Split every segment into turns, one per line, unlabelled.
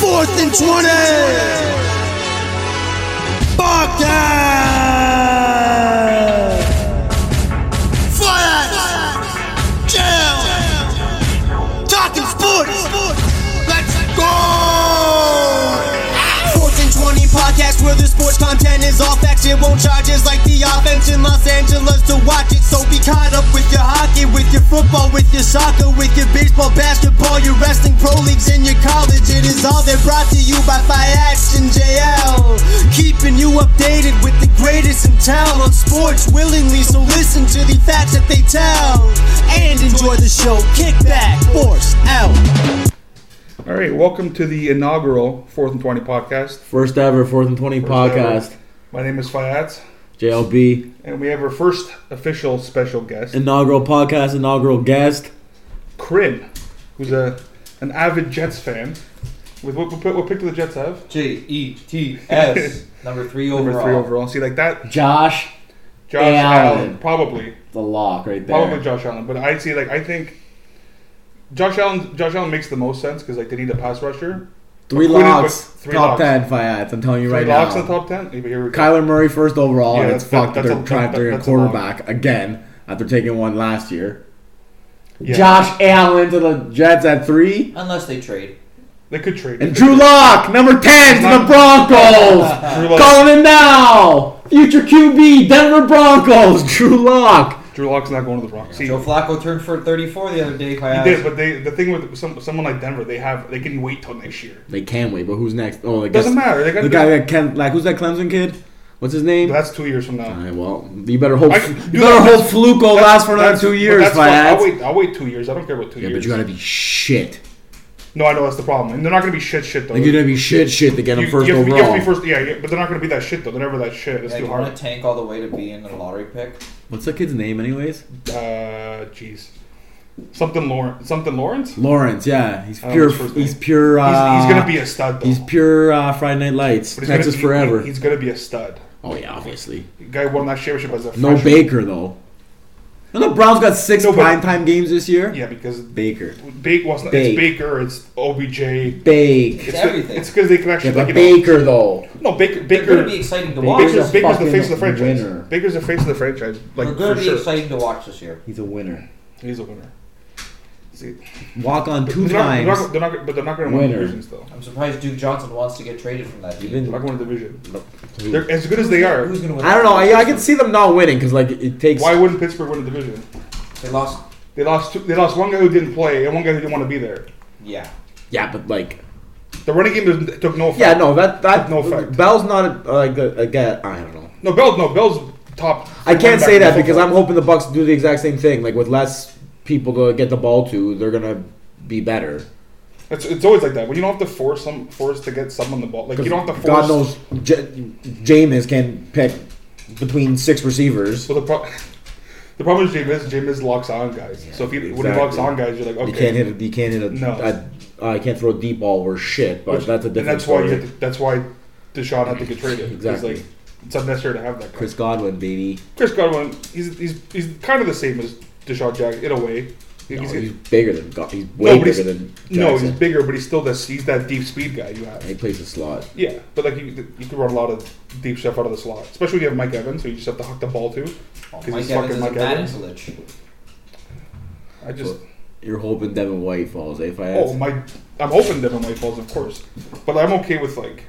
Fourth and 20. Bobcat. Fire. Jail. Talking sports. Let's go.
Sports and 20 podcast where the sports content is all facts. It won't charge us like the offense in Los Angeles to watch it. So be caught up with your hockey, with your football, with your soccer, with your baseball, basketball, your wrestling, pro leagues, and your college. It is all they're brought to you by Fiats and JL. Keeping you updated with the greatest in town on sports willingly. So listen to the facts that they tell and enjoy the show. Kick back, force out.
All right, welcome to the inaugural Fourth and Twenty podcast.
First ever fourth and twenty podcast.
My name is Fayat,
JLB
and we have our first official special guest,
inaugural podcast inaugural guest.
Corinne, who's a an avid Jets fan. With what, what, what pick do the Jets have?
J E T S number three overall.
Number three overall. See, like that,
Josh,
Josh
Allen.
Allen, probably,
the lock right there.
probably Josh Allen. Oh, But I see, like, I think Josh Allen, Josh Allen makes the most sense because like they need a pass rusher.
three
Quinn and
locks,
Buck- three
top
locks.
ten Fiats. I'm telling you right
Three locks
now.
in the top ten. Maybe here we go.
Kyler Murray first overall,
Yeah,
and it's
that's-
fucked that
that's
they're
a-
trying
that-
to a
that's a lock.
quarterback again after taking one last year.
Yeah.
Josh Allen to the Jets at three,
Unless they trade.
They could trade.
and Drew Lock number ten to the Broncos.
Drew Lock.
Calling it now, future QB Denver Broncos, Drew Lock.
Drew Lock's not going to the Broncos. See,
Joe Flacco turned for 34 the other day.
he
Kyle.
did, but they the thing with some, someone like Denver, they have they can wait till next year.
They can wait, but who's next? Oh, I guess
Doesn't matter. They got
The guy that Ken, like who's that Clemson kid? What's his name?
That's two years from now.
All right, well, you better hope
I-
you
dude,
better
that's-
hope Fluco lasts for another
That's-
two
but
years,
that's
my
fine.
ass.
I'll wait. I'll wait two years. I don't care about two
Yeah,
years.
but you gotta be shit.
no, I know that's the problem, and they're not gonna be shit, shit though.
Like you're gonna be shit, shit to get him
You-
first
you have to- you have
overall.
to be first- yeah, yeah, but they're not gonna be that shit though. They're never that shit. It's
Yeah,
too
you want
hard.
to tank all the way to be in the lottery pick?
What's that kid's name, anyways?
Uh, jeez, something Lawrence. Something Lawrence. He's,
Lawrence. Yeah, he's
don't know
pure.
his first name.
He's pure. Uh,
he's gonna be a stud though.
He's pure uh, Friday Night Lights,
But he's
Texas
gonna, be-
forever.
He's gonna be a stud.
oh yeah, obviously.
The guy won that championship as a
No
freshman.
Baker though. No, the Browns got six
No, but-
primetime games this year.
Yeah, because
Baker.
Bake wasn't.
Bake.
It's Baker. It's OBJ.
Bake.
It's
everything.
It's because they can
Yeah,
actually
but
like, you know,
Baker though.
no Baker.
They're going
Baker.
to be exciting to
Baker's
watch.
Baker's, Baker's
a
the
fucking
face of the franchise.
winner.
Baker's the face of the franchise. Like
They're going
for
to be
sure.
exciting to watch this year.
He's a winner.
He's a winner. See,
Walk on two
they're not, they're
times.
not, they're not, but they're not going to win
Winner.
divisions though.
I'm surprised Duke Johnson wants to get traded from that
You've
team.
They're not
been-
going to win a division. They're as good as they are.
Who's going to win?
I don't know. I, I can see them not winning because like it takes.
Why wouldn't Pittsburgh win a division?
They lost.
They lost. Two, they lost one guy who didn't play and one guy who didn't want to be there.
Yeah. Oh,
Yeah, but like.
The running game doesn't- took no. Effect.
Yeah, no. That that
No effect.
Bell's not a, like a, a guy. I don't know.
No, Bell. No, Bell's top.
I can't say that
Football.
because I'm hoping the Bucks do the exact same thing. Like with less people to get the ball to, they're gonna be better.
It's, it's always like that. When you don't have to force some force to get someone the ball, like you don't have to force.
God knows, J- Jameis can pick between six receivers.
So the pro- the problem is Jameis. Jameis locks on guys. so if you when he
exactly.
locks on guys, you're like okay.
You can't hit. A, you can't hit a.
No.
a- I can't throw a deep ball or shit. But
Which-
that's a
and
different.
That's why.
story.
You had to, that's why Deshaun had to get traded. 'Cause,
Exactly.
Like, it's unnecessary to have that. Guy.
Chris
Chris,
Godwin, baby.
Godwin. He's he's he's kind of the same as Deshaun Jack in a way.
No,
He's-
he's bigger than God. He's way
but
bigger
he's-
than. Jackson.
no, he's bigger, but he's still this. He's that deep speed guy you have.
He plays the slot.
Yeah, but like you, you can run a lot of deep stuff out of the slot, especially when you have Mike Evans, who you just have to hook the ball to.
Oh,
'Cause
Mike
he's
Evans
fucking
is
Mike
a bad
Evans.
insulation.
I just
You're hoping Devin White falls. eh, If I
oh my, I'm hoping Devin White falls, of course, but I'm okay with like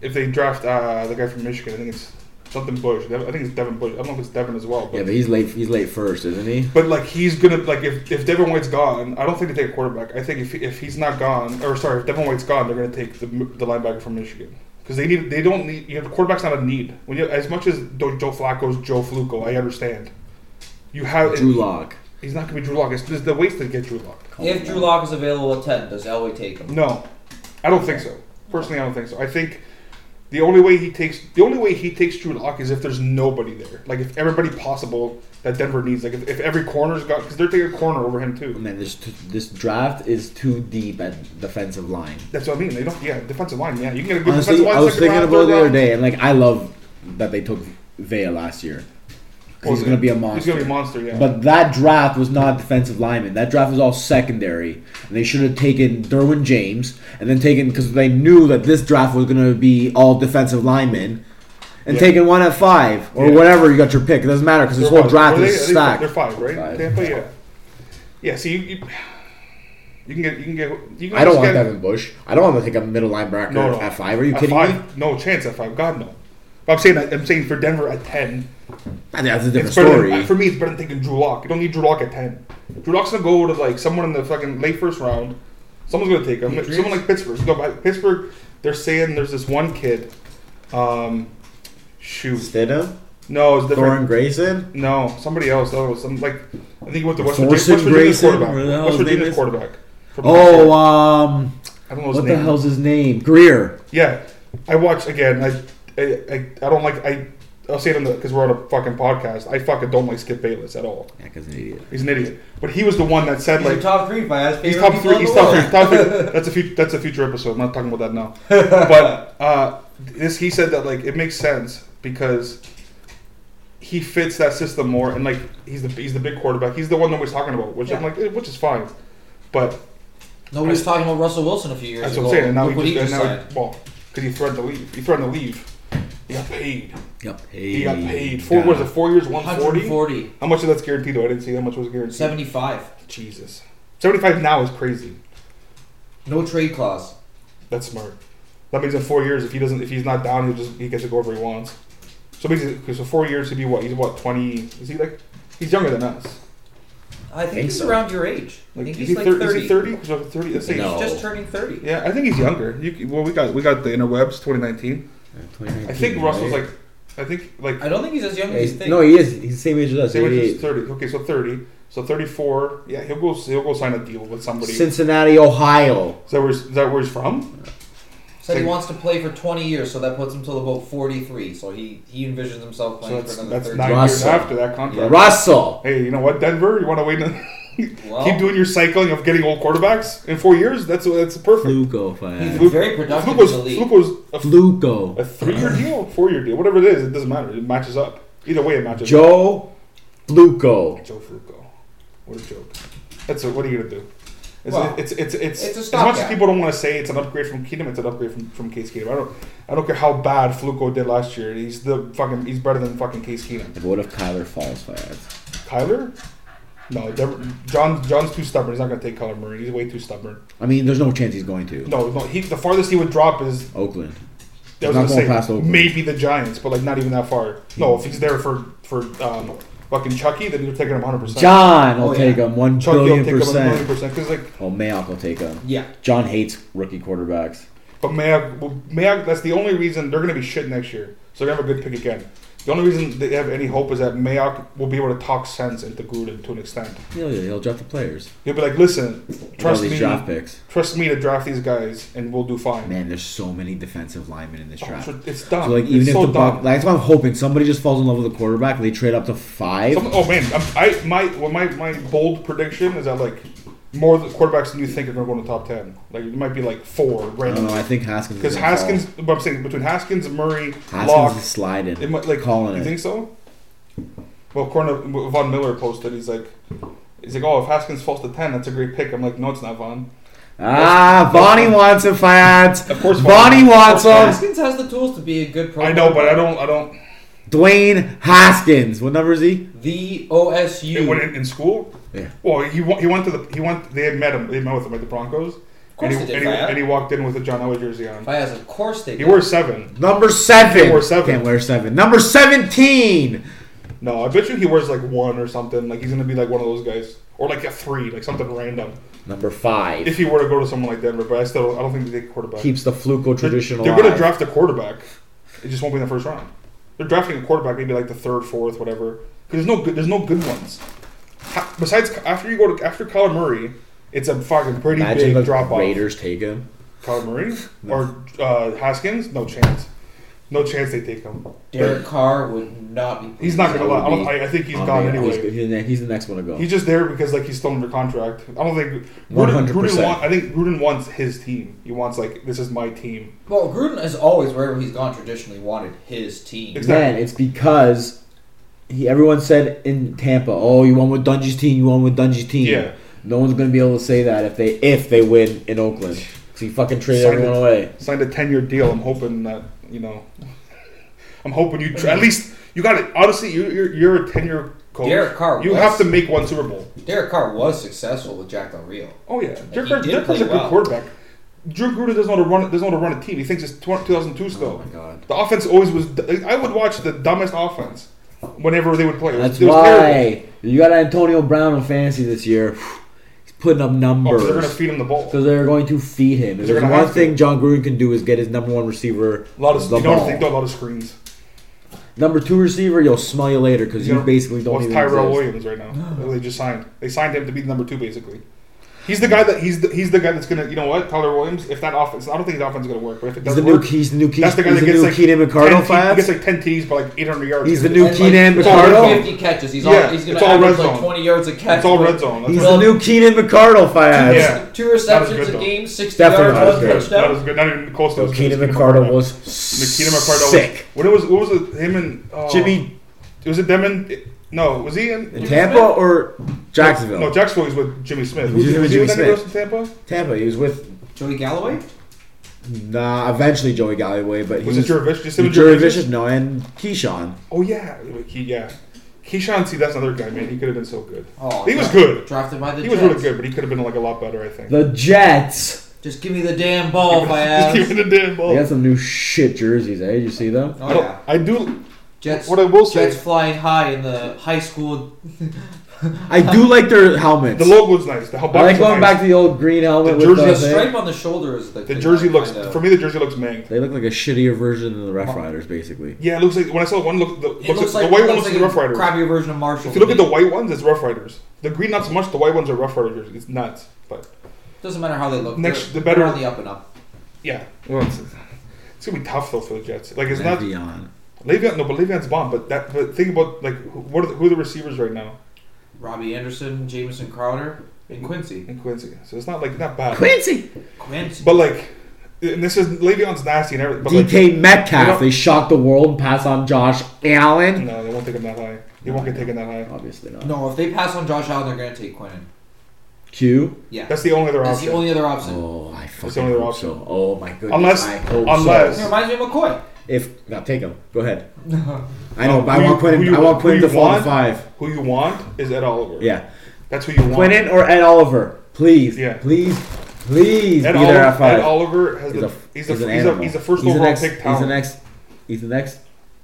if they draft uh, the guy from Michigan. I think it's something Bush. Dev- I think it's Devin Bush. I don't know if it's Devin as well, but
yeah, but he's late. He's late first, isn't he?
But like he's gonna like if, if Devin White's gone, I don't think they take a quarterback. I think if, if he's not gone, or sorry, if Devin White's gone, they're gonna take the, the linebacker from Michigan because they need they don't need you know the quarterback's not a need when you as much as Do- Joe Flacco's Joe Fluco, I understand. You have
Drew Lock.
he's not gonna be Drew Lock. It's just the waste to get Drew Lock.
If Drew Lock is available at 10, does Elway take him?
No, I don't think so. Personally, I don't think so. I think the only way he takes the only way he takes Drew Lock is if there's nobody there, like if everybody possible that Denver needs, like if, if every corner's got because they're taking a corner over him too.
Man, this this draft is too deep at defensive line.
That's what I mean. They don't. Yeah, defensive line. Yeah, you can get a good
Honestly,
defensive line.
I was
second
thinking
round,
about it
third
the other
round.
day, and like I love that they took Vea last year.
Well,
he's going to be a monster.
He's gonna be a monster. Yeah.
But that draft was not defensive lineman. That draft was all secondary. And they should have taken Derwin James and then taken because they knew that this draft was going to be all defensive linemen and
Yeah.
taken one at five or
Yeah.
whatever you got your pick. It doesn't matter because this whole
five.
draft
Were
is
they- are they-
stacked.
They're five, right?
Five.
Tampa, yeah. Yeah. So you, you, you can get you can get you can
I don't
just
want
get,
Devin Bush. I don't want to take a middle linebacker
No, no.
at five. Are you
at
kidding me?
five, No chance at five. God no. But I'm saying that, I'm saying for Denver at ten.
I think that's a different
It's better
story.
than, for me, it's better than taking Drew Lock. You don't need Drew Lock at ten. Drew Lock's gonna go to like someone in the fucking late first round. Someone's gonna take him. Someone like Pittsburgh. Go by Pittsburgh. They're saying there's this one kid. Um, shoot.
Stidham,
No, it's different.
Thorin Grayson.
No, somebody else. That was some like I think he went to West, Virginia, West
Thorson
Virginia's
Grayson,
quarterback.
where the hell
West
his name
Virginia's
is?
quarterback. From last year.
Oh, um,
I don't know his
what
name.
the hell's his name? Greer.
Yeah, I watched again. I I, I, I don't like I. I'll say it because we're on a fucking podcast. I fucking don't like Skip Bayless at all.
That guy's an idiot.
He's an idiot. But he was the one that said
He's
like
like, top three by us.
he's top three. He's top three. Top three. That's a future. That's a future episode. I'm not talking about that now. But uh, this he said that like it makes sense because he fits that system more, and like he's the he's the big quarterback. He's the one nobody's talking about, which I'm
Yeah.
like, eh, which is fine. But
Nobody's talking about Russell Wilson a few years
that's what
ago.
I'm saying. And now
Look what
he just, and now
signed.
he, well, because he threatened to leave. He threatened to leave. He got paid.
Got paid.
He got paid. Four what is it? Four years, one forty. Mm-hmm.
140,
How much of that's guaranteed though? I didn't see how much was guaranteed.
75.
Jesus, seventy-five now is crazy.
No trade clause.
That's smart. That means in four years, if he doesn't, if he's not down, he just he gets to go wherever he wants. So basically, so four years to be what? He's what twenty? Is he like? He's younger than us.
I think,
Think
he's
so.
around your age. I
Like,
think
is,
he's
he
like
thir-
30.
is he thirty? Is he thirty? Let's say-
No.
He's just turning 30.
Yeah, I think he's younger. You, c- well, we got we got the interwebs, twenty nineteen. I think Russell's like, I think like
I don't think he's as young
Yeah,
as you
he's-
think.
no, he is. He's the same age as us.
say which is
88.
thirty. Okay, so thirty. So thirty-four. Yeah, he'll go. He'll go sign a deal with somebody.
Cincinnati, Ohio.
is that where he's, is that where he's from?
Said he wants to play for 20 years, so that puts him till about 43. So he, he envisions himself
So
playing
that's
for another
that's
30.
nine years
Russell.
after that contract.
Russell.
Hey, you know what, Denver? You want to wait? in-
Well-
keep doing your cycling of getting old quarterbacks in four years. That's that's perfect.
Fluco. if I
He's
had-
Fluke-
very productive
Fluke was,
in the league.
Fluke was a, a
Fluco.
three-year deal, four-year deal, whatever it is. It doesn't matter. It matches up. Either way, it matches. up.
Joe Fluco.
Joe Fluco. What a joke. That's a, what are you gonna do? It's
Well,
it's it's it's,
it's a
as much as
stopgap.
people don't want to say it's an upgrade from Keenum. It's an upgrade from from Case Keenum. I don't I don't care how bad Fluco did last year. He's the fucking he's better than fucking Case Keenum.
And what if Kyler falls for that?
Kyler. No, Denver- John. John's too stubborn. He's not gonna take Kyler Murray. He's way too stubborn.
I mean, there's no chance he's going to.
No, no. He the farthest he would drop is
Oakland.
I was
Not
gonna
going
say
past Oakland.
maybe the Giants, but like not even that far. No, if he's there for for um, fucking Chucky, then you're taking him 100. percent
John will
Oh, yeah.
take him one
Chucky will
billion
take him 100
percent.
percent because like,
Oh, Mayock will take him.
Yeah.
John hates rookie quarterbacks.
but Mayock, well, Mayock, that's the only reason they're gonna be shit next year. So they have a good pick again. The only reason they have any hope is that Mayock will be able to talk sense into Gruden to an extent.
He'll, he'll draft the players.
He'll be like, listen,
Trust
trust
these
me,
draft picks.
trust me to draft these guys, and we'll do fine.
Man, there's so many defensive linemen in this
Oh,
draft.
so
So,
it's dumb.
like,
It's
even if
so
the
dumb.
Buc- like, that's why I'm hoping somebody just falls in love with the quarterback. and They trade up to five.
Some, oh man, I'm, I my well my my bold prediction is that like more of the quarterbacks than you think are going to go in the top ten. Like it might be like four
I don't know.
randomly
I think Haskins.
because
is gonna fall.
Haskins. But I'm saying between Haskins, Murray,
Haskins
Locke,
is sliding.
it might like
calling
You
it.
think so? Well, Corner Von Miller posted. He's like, he's like, oh, if Haskins falls to ten, that's a great pick. I'm like, no, it's not Von.
ah, Bonnie wants him, fans. Of
course
Bonnie
Vonnie.
wants him.
Haskins has the tools to be a good pro.
I know, but I don't. I don't.
Dwayne Haskins. What number is he?
The
It went
OSU.
in, in school.
Yeah.
Well, he wa- he went to the he went. They had met him. They met with him at the Broncos. and
course they
he,
did,
and he,
Fayad.
and he walked in with a John Elway jersey on.
Fayaz, of course they
He
did.
wore seven.
Number seven.
Can't wear seven.
Can't wear seven. Number seventeen.
No, I bet you he wears like one or something. Like he's gonna be like one of those guys, or like a three, like something random.
Number five.
If he were to go to someone like Denver, but I still, I don't think they take a quarterback.
Keeps the Fluco
they're,
tradition
They're
alive.
gonna draft a quarterback. It just won't be in the first round. They're drafting a quarterback, maybe like the third, fourth, whatever. 'Cause there's no good, there's no good ones. Ha- Besides, after you go to after Kyler Murray, it's a fucking pretty
Imagine the
big drop off.
Raiders take him.
Kyler Murray or uh, Haskins, no chance. No chance they take him.
Derek Carr would not be.
He's not gonna lie. I, don't, I, I think he's
Oh,
gone
man,
anyway.
He's, he's the- he's the next one to go.
He's just there because like he's still under contract. I don't think Gruden,
100%.
Gruden want, I think Gruden wants his team. He wants like this is my team.
Well, Gruden has always, wherever he's gone, traditionally wanted his team.
Exactly.
Man, it's because he, everyone said in Tampa, "Oh, you won with Dungy's team. You won with Dungy's team."
Yeah.
No one's gonna be able to say that if they if they win in Oakland. 'Cause he fucking traded
Signed
everyone
it.
away.
signed a ten year deal. I'm hoping that you know. I'm hoping you tr- at least you got it. Honestly, you're you're, you're a ten year coach.
Derek Carr
You
was-
have to make one Super Bowl.
Derek Carr was successful with Jack Del Rio.
Oh yeah, Derek
he
Carr
did
Derek Carr's a
play
good
well.
quarterback. Drew Gruden doesn't know how to run. Doesn't know how to run a team. He thinks it's tw- 2002 still.
Oh, my God.
The offense always was. I would watch the dumbest offense whenever they would play. It was-
That's
it was terrible.
why you got Antonio Brown in fantasy this year. He's putting up
Oh, 'cause
numbers.
they're gonna feed him the ball.
So they're going to feed him.
They're
If there's
gonna
one
have to.
thing John Gruden can do is get his number one receiver
A lot of
the
you know what I
ball.
think, though, a lot of screens.
Number two receiver, you'll smell you later because you,
know,
basically don't
what's
even
Tyrell
exist.
Williams right now? that they just signed. They signed him to be the number two, basically. He's the guy that he's the, he's the guy that's gonna you know what Tyler Williams. If that offense, I don't think the offense is gonna work. But if it
He's
does
the new
work,
he's the new Keenan.
that's the guy
he's
that
the
gets
new
like
Keenan
10
McCardle
te- he gets
fast.
like ten TDs by like 800 yards.
He's the new Keenan
it's over
McCardle.
50 catches. He's,
Yeah,
all, he's gonna
it's all
average
red
like
zone.
20 yards a catch.
It's all
with
red zone. That's
He's
right.
the new Keenan McCardle fast.
Yeah.
Two receptions
good,
a
though.
game, 60
Definitely not
yards,
as
one
good.
That
touchdown.
was good. Not even close to as good
Keenan
as
McCardle was
Keenan McCardle
sick.
Was, what was what was it? Him and oh,
Jimmy
Was it them and no? Was he in,
in Tampa or Jacksonville?
No, Jacksonville was with Jimmy Smith.
was with
was
Jimmy
he with
Smith.
Smith. in Tampa?
Tampa. He was with
Joey Galloway?
nah, eventually Joey Galloway, but he
Was it Jurevich? Just him and
Jerry
Jurevich?
Vicious? No, and Keyshawn.
Oh yeah, he, yeah. Keyshawn, see, that's another guy, man. He could have been so good.
Oh,
he was
yeah.
good.
Drafted by the
He was
Jets.
really good, but he could have been like a lot better, I think.
The Jets.
Just give me the damn ball, if I
Just
ask.
give me the damn ball.
They got some new shit jerseys, eh? Did you see them?
I,
Oh,
don't-
yeah.
I do.
Jets,
What I will say-
Jets flying high in the high school.
I do like their helmets.
The logo's nice. The
I like going back to the old green helmet
The
with
The
the
jersey
thing.
stripe on the shoulder is the
the jersey looks.
kinda-
For me, the jersey looks mangled.
They look like a shittier version of the Rough Riders, basically.
Yeah, it looks like when I saw one look. The,
It
looks
looks
like,
like
the white
it
one looks
looks
like
like
Rough Riders.
a crappier version of Marshall.
If you look
to
at the
me.
white ones, it's Rough Riders. The green, not so much. The white ones are Rough Riders. It's nuts. But
doesn't matter how they look.
Next-
they're,
the better-
they're on the up and up.
yeah, well, it's, it's gonna be tough though for the Jets. Like it's not
Le'Veon.
Le'Veon. No, but Le'Veon's bomb. But that. But think about like who- what are the, who are the receivers right now?
Robbie Anderson, Jameson Crowder, and Quincy.
and Quincy. So it's not like not bad.
Quincy.
Quincy.
But like, and this is Le'Veon's nasty and everything. But like,
DK
You
Metcalf.
know-
They shocked the world. Pass on Josh Allen.
no, they won't take him that high. They won't get taken that high.
Obviously not.
No, if they pass on Josh Allen, they're going to take Quinnen.
Q.
Yeah.
That's the only other
That's the
option.
only other option.
Oh, I fucking
only
hope
option.
so. Oh my goodness.
Unless-
I hope
unless-
It
so.
reminds me of McCoy.
if now take him. Go ahead. I know, but
Who you-
I want
who
Quinn.
you-
I want
who
Quinn
you
to fall to
want?
five.
Who you want is Ed Oliver.
Yeah,
that's who you want.
Quinnen or Ed Oliver, please,
Yeah.
please, please
Ed,
be
Oliver,
there at five.
Ed Oliver has
he's,
the,
a,
he's,
he's
the,
an
he's, a,
animal.
he's the first
he's
overall
an ex,
pick
He's an
talent.
ex. He's an ex.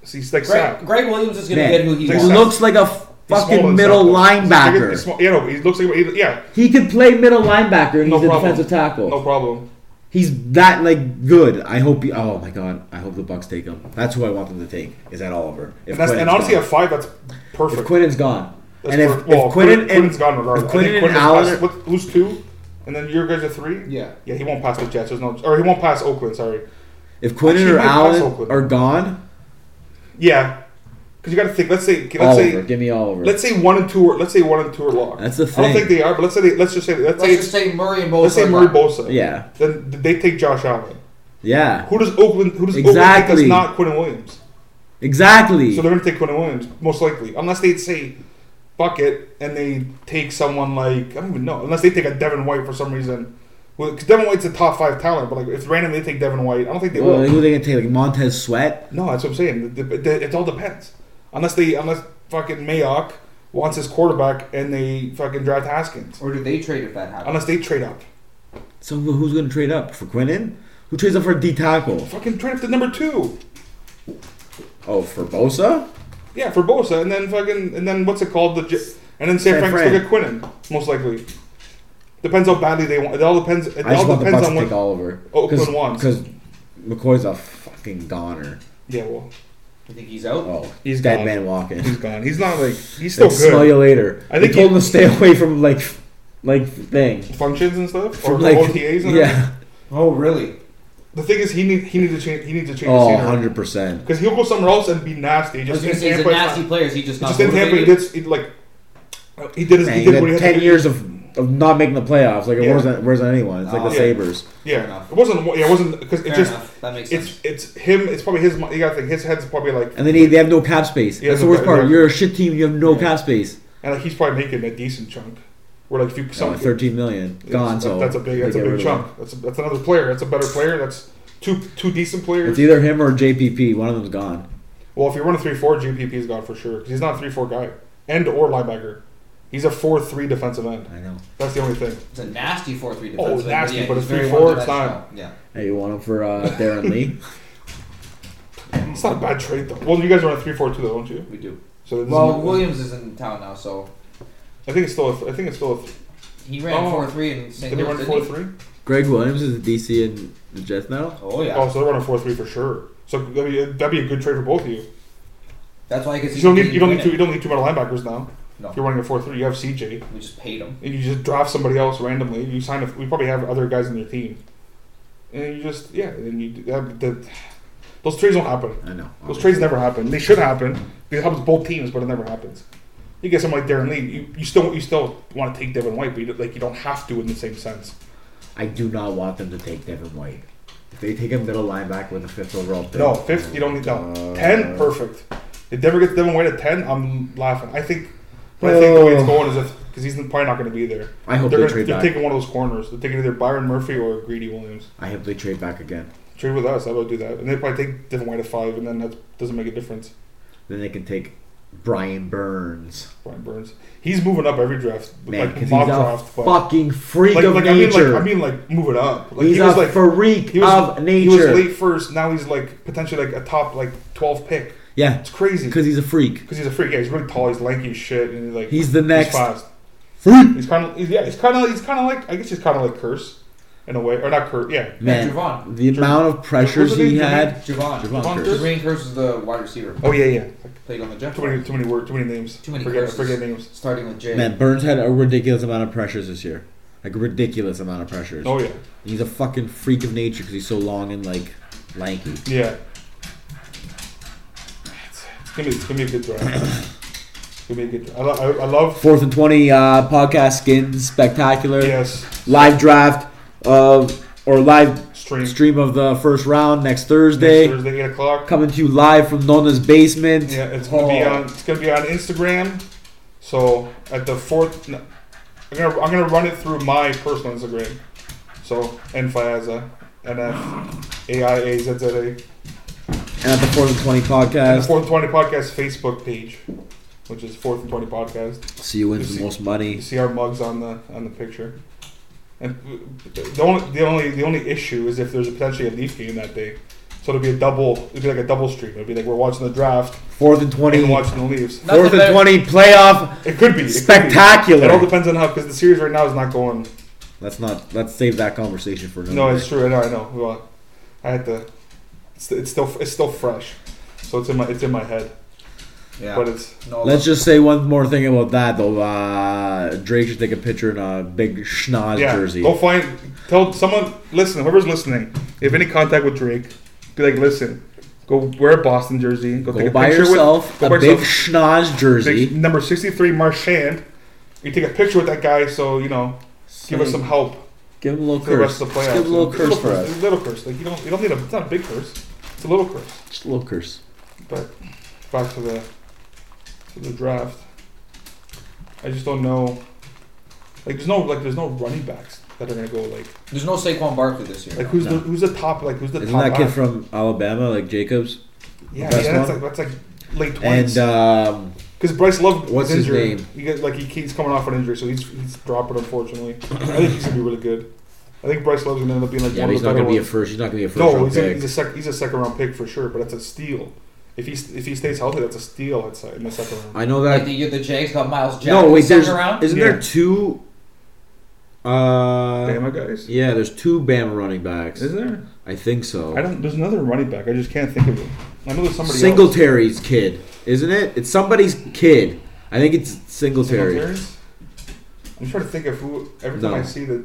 he's like
Greg,
Sapp.
Greg Williams is going to
Man,
get who he
he
Like
wants.
looks like a
He's smaller
fucking
than
middle
Sapp, though. He's bigger-
linebacker.
he's small- yeah, no, he looks like he- yeah,
he could play middle linebacker and
no
he's a
problem.
defensive tackle.
No problem.
He's that like good. I hope. He, oh my god, I hope the Bucks take him. That's who I want them to take. Is Ed Oliver?
And,
If
that's, and
Quinnen's
honestly,
gone.
at five, that's
if
perfect.
Quinnen's gone,
That's
and if,
perfect. Well,
if Quinnen and
Quinnen's gone regardless.
if
I think
Quinnen and
Quinnen's
Allen,
passed- what, who's two? And then your guys are three.
Yeah.
yeah. He won't pass the Jets. There's no, or he won't pass Oakland. Sorry.
if Quinnen
Actually,
or
he might pass
Allen
Oakland.
are gone,
Yeah, because you got to think. Let's say, let's
Oliver,
say,
give me Oliver.
let's say one and two are. Let's say one and two are locked.
That's the
I don't
thing.
think they are, but let's say they, let's just say let's,
Let's
say
just say Murray and Bosa.
let's say
are
Murray
gone.
Bosa.
yeah,
Then they take Josh Allen.
yeah,
Who does Oakland? Who does Oakland think
Exactly.
is not Quinn Williams?
exactly.
So they're going to take Quinn Williams most likely, unless they say bucket and they take someone like I don't even know. Unless they take a Devin White for some reason. Because Devin White's a top five talent, but like if randomly they take Devin White, I don't think they
Well,
will.
who they gonna take? Like Montez Sweat?
No, that's what I'm saying. It, it- it all depends. Unless they, unless fucking Mayock wants his quarterback and they fucking draft Haskins.
Or do they trade if that happens?
Unless they trade up,
So who- who's gonna trade up for Quinnen? Who trades up for a D tackle?
fucking trade up to number two.
Oh, for Bosa?
Yeah, for Bosa, and then fucking, and then what's it called? The J- and then San
San
Francisco get Quinnen, most likely. Depends how badly they want. It all depends. It
I just
all
want the
depends
Bucks
on
to take
what.
Oliver.
Oakland wants.
Because McCoy's a fucking goner.
Yeah, well,
You think he's out?
Oh,
He's
dead
gone.
man walking.
he's gone. He's not like he's still
Like, Smell you
good.
later.
I
I
think
think told
he-
him to stay away from like, like thing.
Functions and stuff, or
From like,
OTAs. And everything.
yeah.
Oh, really?
The thing is, he need he needs to change. He needs to change.
Oh,
the
100
scenery.
percent.
Because he'll go somewhere else and be nasty.
I
Just
was going to
in
say he's a
Tampa, it's
nasty
not-
player. Is he just not
Just in Tampa, he
motivated?
did he, like he did his he
Man,
did
you
what he
got
had
ten
to do.
years of of not making the playoffs. Like it
Yeah.
wasn't where's anyone. It's like
Oh.
the
Yeah.
Sabers.
Yeah,
enough.
it wasn't. Yeah, it wasn't because it
Fair
just
enough. That makes
it's
sense.
it's him. It's probably his. mo- You got to think his head's probably like
And then he, they have no cap space.
Yeah,
That's the
no
worst
cap-
part.
right.
You're a shit team. You have no cap space.
and like he's probably making a decent chunk. Where like if you
Oh,
some,
like Thirteen million
it's-
gone.
that-
so
that's a
they
big that's a
get rid
big
of
chunk.
him.
That's a, that's another player. That's a better player. That's two two decent players.
It's either him or JPP. One of them's gone.
Well, if you run a three four, GPP's gone for sure because he's not a three four guy and or linebacker. He's a four three defensive end.
I know.
That's the only thing.
It's a nasty four three
Oh,
defense.
nasty, but it's
he's very
3-4, it's
one-dimensional. Yeah.
Hey, you want him for uh, Darren Lee?
It's not a bad trade though. Well, you guys run a three four two though, don't you?
We do.
So this is-
Well, Williams is in town now, so
I think it's still a, th- I think it's still a. Th-
he ran
Oh.
four three in
did
St.
they
Louis.
run
didn't
four
he?
three?
Greg Williams is the DC in the Jets now.
Oh yeah.
Oh, so they're running four three for sure. So that'd be, that'd be a good trade for both of you.
That's why I guess
You don't need you don't need two you don't need two middle linebackers now.
No.
If you're running a four three, you have CJ.
We just paid him.
And you just draft somebody else randomly. You sign a, we probably have other guys in your team. And you just yeah, and you that, that, those trades don't happen.
I know.
Those trades never happen. They should happen. It happens to both teams, but it never happens. You get someone like Darren Lee, you, you still you still want to take Devin White, but you, don't- like you don't have to in the same sense.
I do not want them to take Devin White. If they take a middle linebacker with a fifth overall pick,
No, fifth, you don't need no. Ten, perfect. If Denver gets Devin White at ten, I'm laughing. I think, but I think the way it's
Oh.
going is if because he's probably not going to be there.
I hope
they're,
they
gonna-
trade
they're
back.
taking one of those corners. They're taking either Byron Murphy or Greedy Williams.
I hope they trade back again.
Trade with us. I would do that, and they probably take Devin White at five, and then that doesn't make a difference.
Then they can take Brian Burns.
Brian Burns, he's moving up every draft,
Man,
like
because
mock
he's a
draft, but
fucking freak
like,
of
like I mean,
nature.
like I mean, like move it up. Like
he's
he
a
was like
freak
he was,
of
He was
nature.
late first. Now he's like potentially like a top like twelve pick.
Yeah,
It's crazy.
because he's a freak.
Because he's a freak. Yeah, he's really tall. He's lanky as shit, and he's like
He's the next-
He's fast.
Freak.
He's kind of he's, yeah. He's kind of he's kind of like I guess he's kind of like Curse in a way, or not Curse. Yeah,
Man,
Javon.
the amount of pressures
What's his
he
name?
had. Javon
Javon.
Javon
Curse.
Curse.
Dwayne Curse is the wide receiver.
Oh yeah, yeah.
Played on the Jets.
Too many too many words. Too many names.
Too many
forget
curses.
forget names.
Starting with J.
Man, Burns had a ridiculous amount of pressures this year. Like a ridiculous amount of pressures.
Oh yeah,
He's a fucking freak of nature because he's so long and like lanky.
yeah. It's, it's gonna be it's gonna be a good draft. it's gonna be a good draft. I, lo- I, I love
Fourth and twenty uh, podcast skins spectacular.
yes
Live draft of or live
stream
stream of the first round next
next
Thursday.
Thursday eight o'clock.
Coming to you live from Nona's basement. Oh.
Yeah, it's gonna be uh, on. It's gonna be on Instagram. So at the fourth, no, I'm gonna I'm gonna run it through my personal Instagram. So Nfiazza, N F A I A Z Z A,
And at the fourth and twenty
and the
podcast.
Fourth and Twenty Podcast Facebook page, which is Fourth and Twenty Podcast.
See who wins the most
You
money.
see our mugs on the on the picture. And the only the only the only issue is if there's potentially a Leaf game that day. So it'll be a double. It'll be like a double stream. It'll be like we're watching the draft
Fourth and twenty.
and watching the Leafs.
Nothing
Fourth and
better-
twenty playoff.
It could be it could be.
Spectacular.
It all depends on how because the series right now is not going.
Let's not. Let's save that conversation for another.
No,
day.
it's true. I know. I know. Well, I had to. It's, it's still it's still fresh, so it's in my it's in my head.
Yeah.
But it's
no,
Let's just say one more thing about that though. Uh, Drake should take a picture in a big schnoz
yeah.
jersey.
Go find tell someone listen whoever's listening if any contact with Drake, be like listen, go wear a Boston jersey. Go, take
Go
a
buy
picture
yourself
with, go
a
buy
big
yourself
schnoz
big
jersey.
number sixty three Marchand. You take a picture with that guy, so you know give us some help.
Give him a little
for the rest
curse.
of the
Just
playoffs.
give him a little curse for
curse,
us.
a Little curse. Like you don't, you don't need a. It's not a big curse. It's a little curse.
Just a little curse.
But back to the to the draft. I just don't know. Like there's no like there's no running backs that are gonna go like
there's no Saquon Barkley this year.
like who's
No.
the who's the top like who's the
Isn't
top
that kid
back?
from Alabama, like Jacobs?
yeah
best
yeah that's
one?
like that's like late twenties
And um,
because Bryce Love was
what's his
injured.
name?
You get like he, he's coming off an injury so he's he's dropping unfortunately. I think he's gonna be really good. I think Bryce Love's gonna end up being like
yeah,
one of
but he's
the
not
better
gonna be a
ones.
first. He's not gonna be a first
No,
round
he's a,
pick.
he's a sec, he's a second round pick for sure, but that's a steal. If he if he stays healthy, that's a steal. It's in the second round.
I know
Like
that.
the year the Jags got Miles Jack
No, wait. There's
second round.
isn't
Yeah.
there two? Uh,
Bama guys,
yeah, there's two Bama running backs.
is there?
I think so.
I don't. There's another running back. I just can't think of it. I know there's somebody else.
Singletary's kid, isn't it? It's somebody's kid. I think it's Singletary.
Singletary's? I'm trying to think of who. Every time
No.
I see the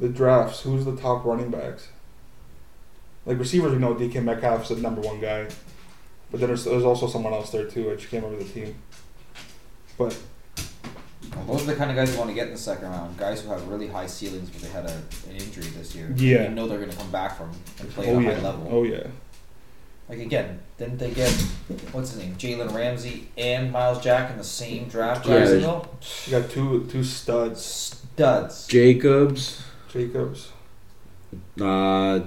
the drafts, who's the top running backs? Like receivers, we know DK Metcalf's the number one guy, but then there's, there's also someone else there too. I just can't remember the team. But
Those are the kind of guys you want to get in the second round. Guys who have really high ceilings, but they had a, an injury this year.
Yeah.
You know they're going to come back from and play
Oh
at a
yeah.
high level.
Oh yeah.
Like again, didn't they get what's his name, Jalen Ramsey and Miles Jack in the same draft?
Yeah.
Jacksonville
You got two two studs.
studs.
Jacobs,
Jacobs.
uh,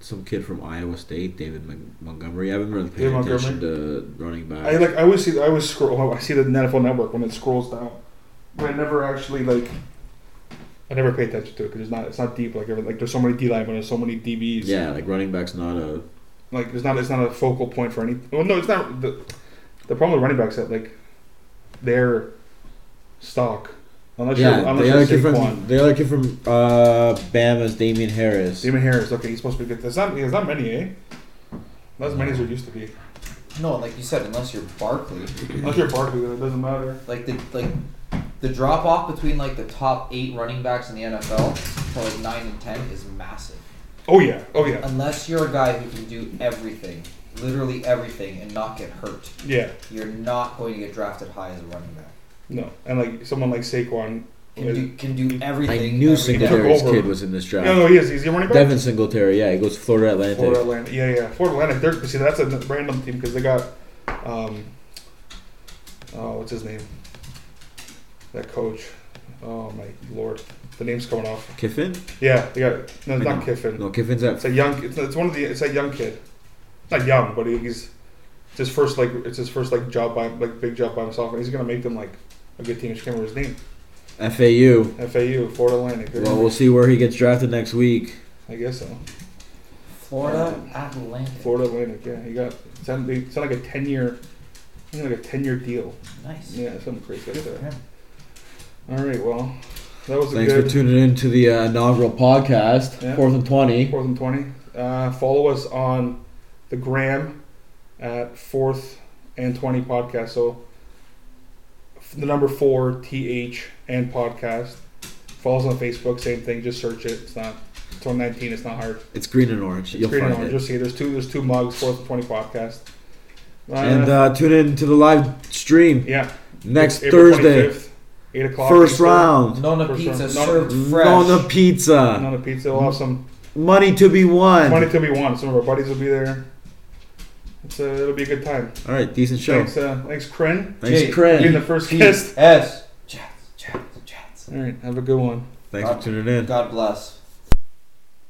some kid from Iowa State, David Mon- Montgomery. I haven't really paid
David
attention to running back.
I like. I always see. I always scroll. oh, I see the NFL Network when it scrolls down, but I never actually like. I never pay attention to it because it's not. It's not deep. Like every, like there's so many D line, but there's so many DBs.
yeah, like running back's not a.
Like there's not. It's not a focal point for any. Well, no, it's not. The, the problem with running backs is that like, their stock. Unless
Yeah,
you're,
the other
unless
kid
you're
from
Saquon.
the other kid from uh, Bama's Damian Harris.
Damon Harris. Okay, he's supposed to be good. There's not. There's not many, eh? Not as many as there used to be.
No, like you said, unless you're Barkley,
Unless you're Barkley, then it doesn't matter.
like the like the drop off between like the top eight running backs in the NFL to like nine and ten is massive.
Oh yeah. Oh yeah.
Unless you're a guy who can do everything, literally everything, and not get hurt,
Yeah.
you're not going to get drafted high as a running back.
No. And like someone like Saquon.
Can do, can do everything.
I knew
every
Singletary.
day.
Singletary's
over.
kid was in this draft.
No, no, he is. He's your running back.
Devin Singletary, yeah, he goes to Florida Atlantic.
Florida Atlantic. Yeah, yeah. Florida Atlantic. They're, see, that's a random team because they got, um, oh, what's his name? That coach. Oh my lord, the name's coming off.
Kiffin?
Yeah, they got. No, it's
Wait,
not Kiffin.
No, Kiffin's at
It's a young. It's, it's one of the. It's a young kid. Not young, but he's. It's his first like. It's his first like job by like big job by himself, and he's gonna make them like a good team. I just can't remember his name.
FAU.
FAU, Florida Atlantic. They're
Well,
gonna-
we'll see where he gets drafted next week.
I guess so.
Florida Atlantic.
Florida Atlantic. Yeah, he got. It sounded, it sounded like a ten year. Like a ten year deal.
Nice.
Yeah, something crazy like
Yeah.
that. All right, well, that was a
Thanks
good
for tuning in to the uh, inaugural podcast,
Yeah.
fourth and twenty.
fourth and twenty. Uh, follow us on the gram at fourth and twenty podcast. So f- the number four th and podcast. Follow us on Facebook. Same thing. Just search it. It's not. It's on nineteen. It's not hard.
It's green and orange. You'll
Green and
find
orange.
it.
You'll see. There's two. There's two mugs. Fourth and twenty podcast. Uh,
and uh, tune in to the live stream
yeah,
next
April
Thursday.
25th, eight o'clock.
First
Eastern.
round.
Nona
First
pizza
round. Nona-
served fresh.
Nona pizza.
Not a pizza. We'll have some
Money to be won.
Money till we want. Some of our buddies will be there. It's a, it'll be a good time.
All right, decent show.
Thanks, uh, thanks, Kren.
Thanks,
Jay,
Craig.
You're the first guest.
P.S. Jets, Jets, Jets.
All right, have a good one.
Thanks for tuning in.
God bless.